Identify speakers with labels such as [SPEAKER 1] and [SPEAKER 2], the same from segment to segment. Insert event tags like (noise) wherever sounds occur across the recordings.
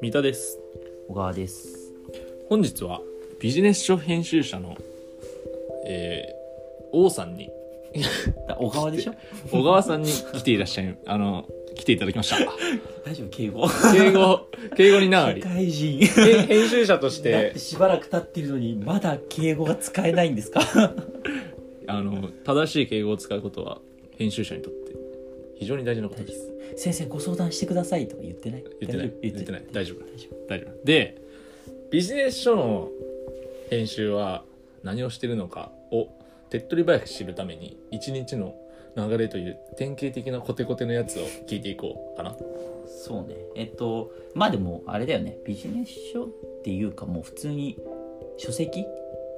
[SPEAKER 1] 三田です
[SPEAKER 2] 小川です。
[SPEAKER 1] 本日はビジネス書編集者のえー王さんに
[SPEAKER 2] 小川でしょ
[SPEAKER 1] 小川さんに来ていらっしゃい (laughs) あの来ていただきました
[SPEAKER 2] 大丈夫敬語。
[SPEAKER 1] 敬語敬語にな
[SPEAKER 2] 社
[SPEAKER 1] り
[SPEAKER 2] 会人。
[SPEAKER 1] へ (laughs) 編集者とし
[SPEAKER 2] だっててしばらく経ってるのに、まだ敬語が使えない
[SPEAKER 1] (laughs)
[SPEAKER 2] んですか
[SPEAKER 1] (laughs) あの正しい敬語を使うことは編集者にとって非常に大事なことです
[SPEAKER 2] 先生ご相談してくださいとか言ってない
[SPEAKER 1] 言ってない
[SPEAKER 2] 大丈夫
[SPEAKER 1] 言ってない大丈夫
[SPEAKER 2] 大丈
[SPEAKER 1] 大丈夫でビジネス書の編集は何をしてるのかを手っ取り早く知るために一日の流れという典型的なコテコテのやつを聞いていこうかな
[SPEAKER 2] 夫そうね。えっと、まあでも、あれだよね。ビジネス書っていうか、もう普通に書籍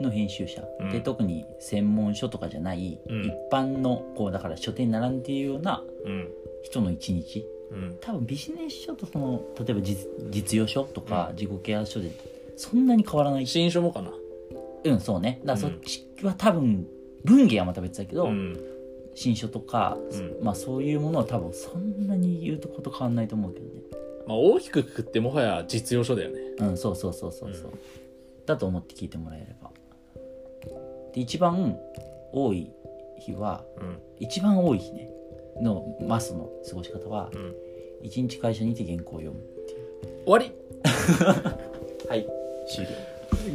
[SPEAKER 2] の編集者、
[SPEAKER 1] うん
[SPEAKER 2] で特に専門書とかじゃない、
[SPEAKER 1] うん
[SPEAKER 2] 一般のこうだから書店に並んでいるような
[SPEAKER 1] うん
[SPEAKER 2] 人の一日
[SPEAKER 1] うん
[SPEAKER 2] 多分ビジネス書とその例えば実実用書とか自己啓発書でそんなに変わらないし
[SPEAKER 1] 新書もかな
[SPEAKER 2] うんそうねだから
[SPEAKER 1] う
[SPEAKER 2] そ
[SPEAKER 1] ん
[SPEAKER 2] っちは多分文芸はまた別だけど、
[SPEAKER 1] うん
[SPEAKER 2] 新書とか、
[SPEAKER 1] うん
[SPEAKER 2] まあそういうものは多分そんなに言うとこと変わんないと思うけどね
[SPEAKER 1] まあ大きくくくってもはや実用書だよね
[SPEAKER 2] うんそうそうそうそうそう、だと思って聞いてもらえればで一番多い日は
[SPEAKER 1] うん
[SPEAKER 2] 一番多い日ねのマスの過ごし方は
[SPEAKER 1] うん
[SPEAKER 2] 一日会社にて原稿を読むっていう
[SPEAKER 1] 終わり (laughs)
[SPEAKER 2] はい終了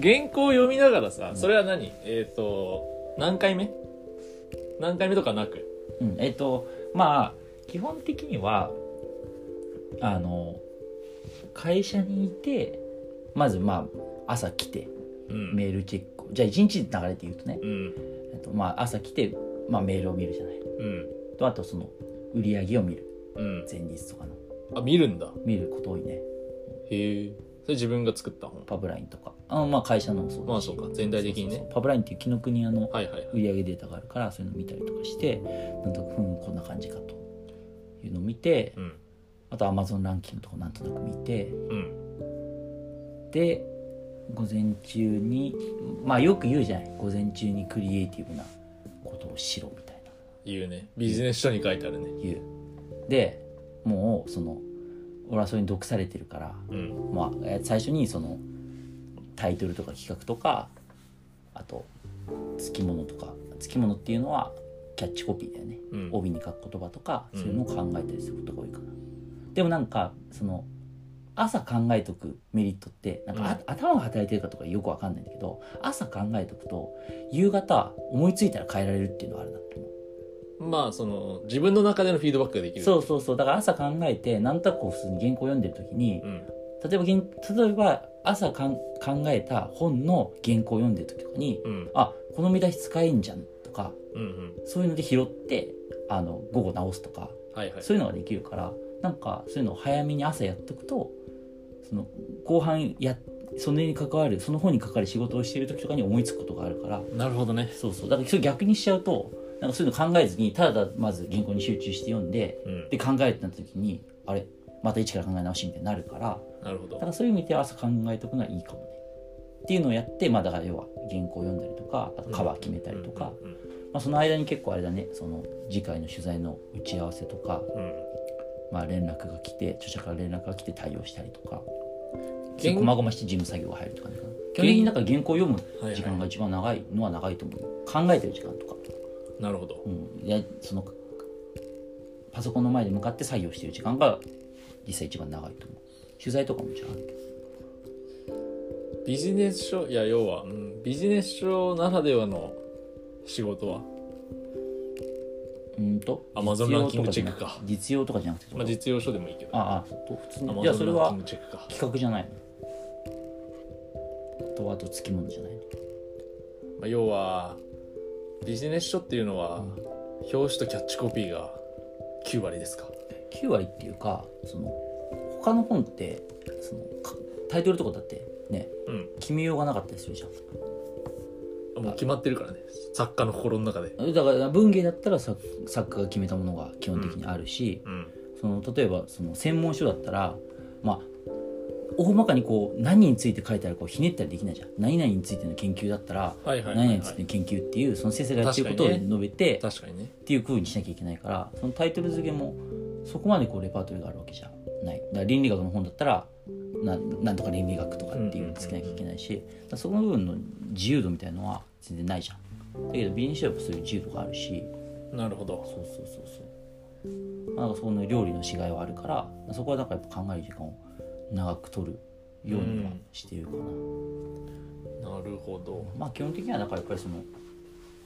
[SPEAKER 1] 原稿を読みながらさそれは何えっ、と何回目何回目とかなく
[SPEAKER 2] うん、えっ、とまあ基本的にはあの会社にいてまずまあ朝来て
[SPEAKER 1] うん
[SPEAKER 2] メールチェックをじゃあ一日の流れで言うとね
[SPEAKER 1] う、ん
[SPEAKER 2] えっとまあ、朝来て、まあ、メールを見るじゃない
[SPEAKER 1] うん
[SPEAKER 2] とあとその売り上げを見る
[SPEAKER 1] うん
[SPEAKER 2] 前日とかの
[SPEAKER 1] あ見るんだ
[SPEAKER 2] 見ること多いね
[SPEAKER 1] へえそれ自分が作った本
[SPEAKER 2] パブラインとかあまあ会社のもそうだし
[SPEAKER 1] まあそうか全体的にね
[SPEAKER 2] そうそうそうパブラインっていう紀ノ国屋の
[SPEAKER 1] はいはいはい
[SPEAKER 2] 売り上げデータがあるからそういうの見たりとかしてなんとなくうんこんな感じかというのを見て
[SPEAKER 1] うん
[SPEAKER 2] あとアマゾンランキングとかなんとなく見て
[SPEAKER 1] うん
[SPEAKER 2] で午前中にまあよく言うじゃない午前中にクリエイティブなことをしろみたい
[SPEAKER 1] 言うねビジネス書に書いてあるね
[SPEAKER 2] な言うでもうその俺はそれに毒されてるから、
[SPEAKER 1] うん
[SPEAKER 2] まあ、え最初にそのタイトルとか企画とかあと付き物とか付き物っていうのはキャッチコピーだよね
[SPEAKER 1] うん
[SPEAKER 2] 帯に書く言葉とか
[SPEAKER 1] うん
[SPEAKER 2] そういうのを考えたりすることが多いかな、でもなんかその朝考えとくメリットってなんか、あ
[SPEAKER 1] うん
[SPEAKER 2] 頭が働いてるかとかよくわかんないんだけど朝考えとくと夕方思いついたら変えられるっていうのはあるなと思う
[SPEAKER 1] まあその自分の中でのフィードバックができる
[SPEAKER 2] そううそうそうだから朝考えてなんとなくこう普通に原稿読んでる時に
[SPEAKER 1] うん
[SPEAKER 2] 例えば原例えば朝かん考えた本の原稿を読んでる時とかに
[SPEAKER 1] うん
[SPEAKER 2] あこの見出し使えんじゃんとか
[SPEAKER 1] うんうん
[SPEAKER 2] そういうので拾ってあの午後直すとか
[SPEAKER 1] はいはい
[SPEAKER 2] そういうのができるからなんかそういうのを早めに朝やっとくとその後半やそれに関わるその本に関わる仕事をしている時とかに思いつくことがあるから
[SPEAKER 1] なるほどね
[SPEAKER 2] そうそうだからそれ逆にしちゃうとなんかそういうの考えずにただまず原稿に集中して読んで
[SPEAKER 1] うん
[SPEAKER 2] で考えてなった時にあれまた一から考え直しみたいになるから
[SPEAKER 1] なるほ
[SPEAKER 2] だか
[SPEAKER 1] ど
[SPEAKER 2] らそういう意味では朝考えとくのはいいかもねっていうのをやってまあだから要は原稿を読んだりとかあとカバー決めたりとか、
[SPEAKER 1] うん
[SPEAKER 2] まあ、その間に結構あれだねその次回の取材の打ち合わせとか、
[SPEAKER 1] うん
[SPEAKER 2] まあ、連絡が来て著者から連絡が来て対応したりとか
[SPEAKER 1] 原
[SPEAKER 2] こまごまして事務作業が入るとかね基本的にだから原稿を読む
[SPEAKER 1] はい
[SPEAKER 2] 時間が
[SPEAKER 1] は
[SPEAKER 2] 一番長いのは長いと思う考えてる時間とか、
[SPEAKER 1] いなるほど
[SPEAKER 2] うん、いやそのパソコンの前で向かって作業してる時間が実際一番長いと思う取材とかもじゃあるけど
[SPEAKER 1] ビジネス書いや要はうんビジネス書ならではの仕事は
[SPEAKER 2] うーんと
[SPEAKER 1] Amazon ランキングチェックか
[SPEAKER 2] 実用とかじゃなくて
[SPEAKER 1] まあ実用書でもいいけど
[SPEAKER 2] ああそう普通にいやそ
[SPEAKER 1] Amazon
[SPEAKER 2] れ
[SPEAKER 1] ランキ
[SPEAKER 2] は
[SPEAKER 1] ングチェックか
[SPEAKER 2] 企画じゃないのとあと付き物じゃないの
[SPEAKER 1] まあ要はビジネス書っていうのは表紙とキャッチコピーが9割ですか
[SPEAKER 2] 9割っていうかその他の本ってそのかタイトルとかだってね
[SPEAKER 1] うん
[SPEAKER 2] 決めようがなかったりするじゃん
[SPEAKER 1] もう決まってるからね作家の心の中で
[SPEAKER 2] だから文芸だったら作作家が決めたものが基本的にあるし、
[SPEAKER 1] うん
[SPEAKER 2] その例えばその専門書だったらまあ大まかにこう何について書いてあるかをひねったりできないじゃん何々についての研究だったら
[SPEAKER 1] はいはいはい、
[SPEAKER 2] 何々につ
[SPEAKER 1] はいい
[SPEAKER 2] て、の研究っていうその先生がやってることを
[SPEAKER 1] 確かに
[SPEAKER 2] 述べて、
[SPEAKER 1] 確かにね
[SPEAKER 2] っていう風にしなきゃいけないからそのタイトル付けもそこまでこうレパートリーがあるわけじゃないだから倫理学の本だったらななんとか倫理学とかっていうのつけなきゃいけないし、だからその部分の自由度みたいのは全然ないじゃんだけどビジネスショップそういう自由度があるし
[SPEAKER 1] なるほ
[SPEAKER 2] そう
[SPEAKER 1] ど
[SPEAKER 2] そうそうそうまあなんかそこの料理の違いはあるからそこはだからやっぱ考える時間を長く取るようにはしてるかな、
[SPEAKER 1] なるほど
[SPEAKER 2] まあ基本的にはだからやっぱりその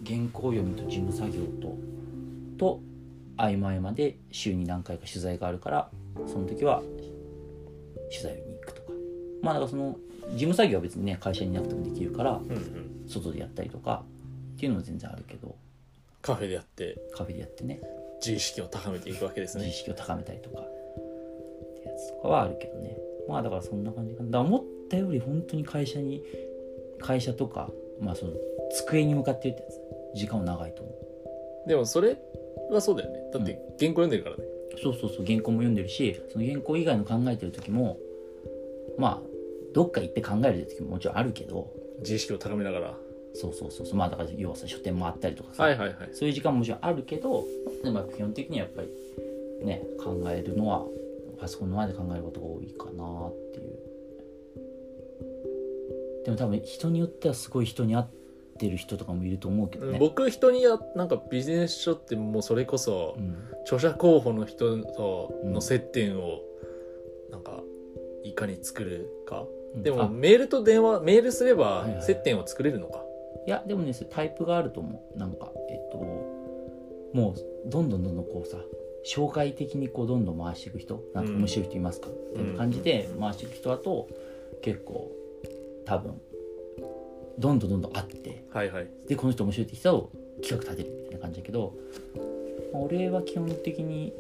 [SPEAKER 2] 原稿読みと事務作業とと合間合間で週に何回か取材があるからその時は取材に行くとかまあだからその事務作業は別にね会社にいなくてもできるから
[SPEAKER 1] うんうん
[SPEAKER 2] 外でやったりとかっていうのは全然あるけど
[SPEAKER 1] カフェでやって
[SPEAKER 2] カフェでやってね
[SPEAKER 1] 自意識を高めていくわけです
[SPEAKER 2] 自意
[SPEAKER 1] ね
[SPEAKER 2] 識を高めたりとかってやつとかはあるけどねまあだからそんな感じかなだから思ったより本当に会社に会社とかまあその机に向かってるってやつ時間は長いと思う
[SPEAKER 1] でもそれはそうだよねだって原稿読んでるからね
[SPEAKER 2] そうそうそう原稿も読んでるしその原稿以外の考えてる時もまあどっか行って考える時ももちろんあるけど
[SPEAKER 1] 自意識を高めながら
[SPEAKER 2] そうそうそうそうまあだから要はさ書店もあったりとかさ、
[SPEAKER 1] はいはいはい
[SPEAKER 2] そういう時間ももちろんあるけどでも基本的にはやっぱりね考えるのはパソコンの前で考えることが多いかなっていうでも多分人によってはすごい人に合ってる人とかもいると思うけど
[SPEAKER 1] うん
[SPEAKER 2] ね、
[SPEAKER 1] 僕人にやなんかビジネス書ってもうそれこそ
[SPEAKER 2] うん
[SPEAKER 1] 著者候補の人との接点をなんかいかに作るか、
[SPEAKER 2] うん
[SPEAKER 1] でも
[SPEAKER 2] あ
[SPEAKER 1] メールと電話メールすれば
[SPEAKER 2] はいはい
[SPEAKER 1] 接点を作れるのか、
[SPEAKER 2] いやでもねそれタイプがあると思うなんかえっともうどんどんどんどんこうさ紹介的にこうどんどん回していく人なんか
[SPEAKER 1] うん
[SPEAKER 2] 面白い人いますか、みたいな感じで
[SPEAKER 1] うん
[SPEAKER 2] 回していく人だと結構多分どんどんどんどん会って
[SPEAKER 1] はい、はい
[SPEAKER 2] でこの人面白いって人を企画立てるみたいな感じだけど、まあ俺は基本的に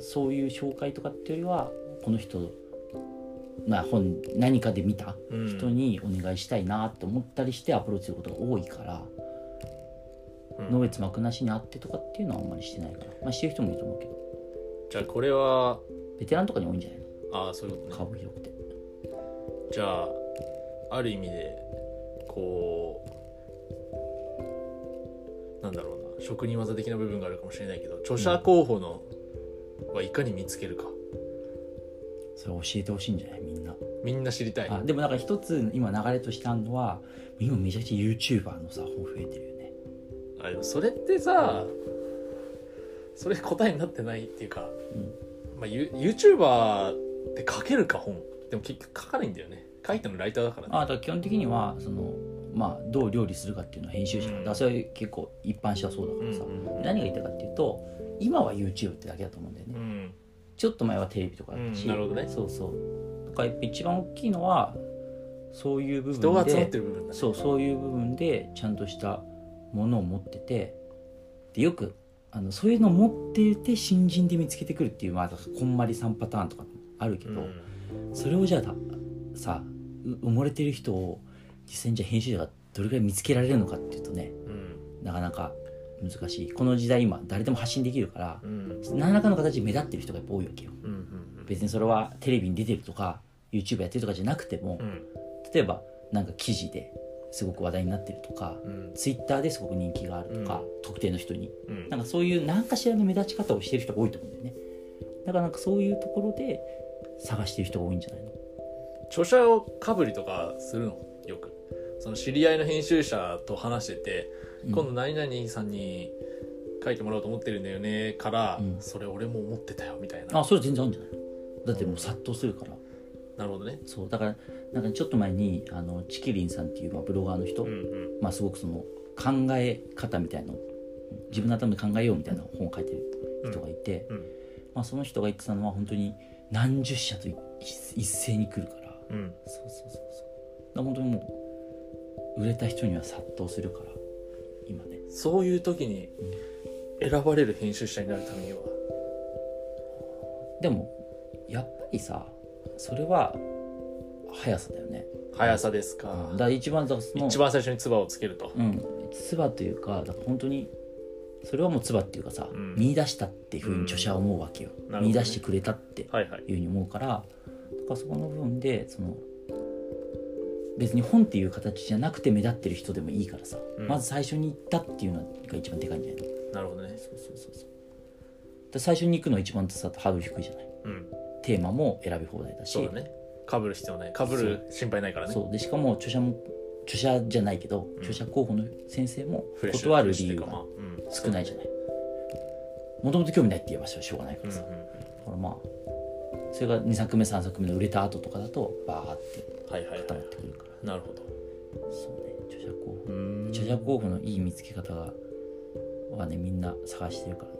[SPEAKER 2] そういう紹介とかっていうよりはこの人まあ本何かで見た
[SPEAKER 1] うん
[SPEAKER 2] 人にお願いしたいなと思ったりしてアプローチすることが多いから、
[SPEAKER 1] うん
[SPEAKER 2] のべつ幕なしにあってとかっていうのはあんまりしてないから、まあ、してる人もいると思うけど
[SPEAKER 1] じゃあこれは
[SPEAKER 2] ベテランとかに多いんじゃないの
[SPEAKER 1] ああそういうことね
[SPEAKER 2] 顔広くて
[SPEAKER 1] じゃあある意味でこうなんだろうな職人技的な部分があるかもしれないけど著者候補のはいかに見つけるか
[SPEAKER 2] それ教えてほしいんじゃないみんな
[SPEAKER 1] みんな知りたい
[SPEAKER 2] あでもなんか一つ今流れとしてあるのは今めちゃくちゃ YouTuber のさ本増えてるよね
[SPEAKER 1] あでもそれってさそれ答えになってないっていうか、まあ、ユ YouTuber って書けるか本でも結局書かないんだよね書いたのライターだからね
[SPEAKER 2] あだから基本的にはそのまあどう料理するかっていうのは編集者が、
[SPEAKER 1] うん
[SPEAKER 2] だからそれ結構一般社はそうだからさ、
[SPEAKER 1] うんうんうん
[SPEAKER 2] 何が言いたいかっていうと今は YouTube ってだけだと思うんだよね、
[SPEAKER 1] うん
[SPEAKER 2] ちょっと前はテレビとかだったし、
[SPEAKER 1] うんなるほどね
[SPEAKER 2] そうそうだからやっぱ一番大きいのはそういう部分で
[SPEAKER 1] 人が集まってる部分だね
[SPEAKER 2] そうそういう部分でちゃんとしたものを持っててでよくあのそういうのを持ってて新人で見つけてくるっていうまあだからこんまり3パターンとかあるけ
[SPEAKER 1] うん
[SPEAKER 2] ど、それをじゃあださう埋もれてる人を実際にじゃあ編集者がどれくらい見つけられるのかっていうとね
[SPEAKER 1] うん
[SPEAKER 2] なかなか難しいこの時代今誰でも発信できるから
[SPEAKER 1] うんうん
[SPEAKER 2] 何らかの形で目立ってる人がやっぱ多いわけよ
[SPEAKER 1] うんうん
[SPEAKER 2] 別にそれはテレビに出てるとか YouTube やってるとかじゃなくても、
[SPEAKER 1] うん
[SPEAKER 2] 例えばなんか記事ですごく話題になってるとか、
[SPEAKER 1] うん
[SPEAKER 2] ツイッターですごく人気があるとか、
[SPEAKER 1] う
[SPEAKER 2] 特定の人に
[SPEAKER 1] うん
[SPEAKER 2] なんかそういう何かしらの目立ち方をしてる人が多いと思うんだよねだからなんかそういうところで探してる人が多いんじゃないの
[SPEAKER 1] 著者をかぶりとかするのよくその知り合いの編集者と話してて、今度何々さんに書いてもらおうと思ってるんだよねから、
[SPEAKER 2] うん
[SPEAKER 1] それ俺も思ってたよみたい
[SPEAKER 2] あ
[SPEAKER 1] な
[SPEAKER 2] それ全然あるんじゃないだってもう殺到するから
[SPEAKER 1] なるほどね
[SPEAKER 2] そうだからなんかちょっと前にあのチキリンさんっていうまあブロガーの人、
[SPEAKER 1] うんうん
[SPEAKER 2] まあ、すごくその考え方みたいなの自分の頭で考えようみたいな本を書いてる人がいて、
[SPEAKER 1] うん
[SPEAKER 2] まあ、その人が言ってたのは本当に何十社とい一斉に来るから
[SPEAKER 1] うん
[SPEAKER 2] そうそうそうそうだから本当にもう売れた人には殺到するから今ね
[SPEAKER 1] そういう時に選ばれる編集者になるためには
[SPEAKER 2] でもやっぱりさそれは速さだよね
[SPEAKER 1] 速さですか、
[SPEAKER 2] だから一番だからその
[SPEAKER 1] 一番最初に唾をつけると、
[SPEAKER 2] うん唾というかだから本当にそれはもう唾っていうかさ、
[SPEAKER 1] うん
[SPEAKER 2] 見出したっていうふうに著者は思うわけよ、
[SPEAKER 1] なるほどね
[SPEAKER 2] 見出してくれたって
[SPEAKER 1] はいはい
[SPEAKER 2] いうふうに思うからだからそこの部分でその別に本っていう形じゃなくて目立ってる人でもいいからさ、
[SPEAKER 1] うん
[SPEAKER 2] まず最初に行ったっていうのが一番でかいんじゃないの
[SPEAKER 1] なるほどね
[SPEAKER 2] そうそうそうそうで最初に行くのは一番さハードル低いじゃない
[SPEAKER 1] うん
[SPEAKER 2] テーマも選び放題だし
[SPEAKER 1] そうだねかぶる必要ないかぶる心配ないからね
[SPEAKER 2] そうでしかも著者も著者じゃないけど、
[SPEAKER 1] ん
[SPEAKER 2] 著者候補の先生も
[SPEAKER 1] フレッシュ
[SPEAKER 2] 断る理由
[SPEAKER 1] フレッシュっていうかまあう
[SPEAKER 2] が
[SPEAKER 1] ん
[SPEAKER 2] 少ないじゃないもともと興味ないって言えばそれはしょうがないからさ、
[SPEAKER 1] うんうん
[SPEAKER 2] だからまあそれが2作目3作目の売れた後とかだとバーって
[SPEAKER 1] はいはいはい
[SPEAKER 2] 固まってくるから、
[SPEAKER 1] なるほど
[SPEAKER 2] そうね著者候
[SPEAKER 1] う
[SPEAKER 2] 補
[SPEAKER 1] ん
[SPEAKER 2] 著者候補のいい見つけ方がはねみんな探してるからね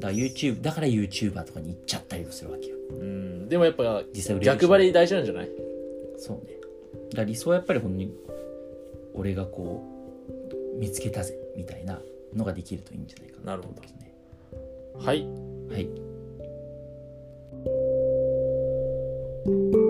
[SPEAKER 2] だから YouTube だから YouTuber とかに行っちゃったりもするわけよ
[SPEAKER 1] うんでもやっぱ
[SPEAKER 2] 実際売れる人
[SPEAKER 1] 逆張り大事なんじゃない
[SPEAKER 2] そうねだから理想はやっぱりほんに俺がこう見つけたぜみたいなのができるといいんじゃないかな
[SPEAKER 1] なるほど
[SPEAKER 2] ですね
[SPEAKER 1] はい
[SPEAKER 2] はい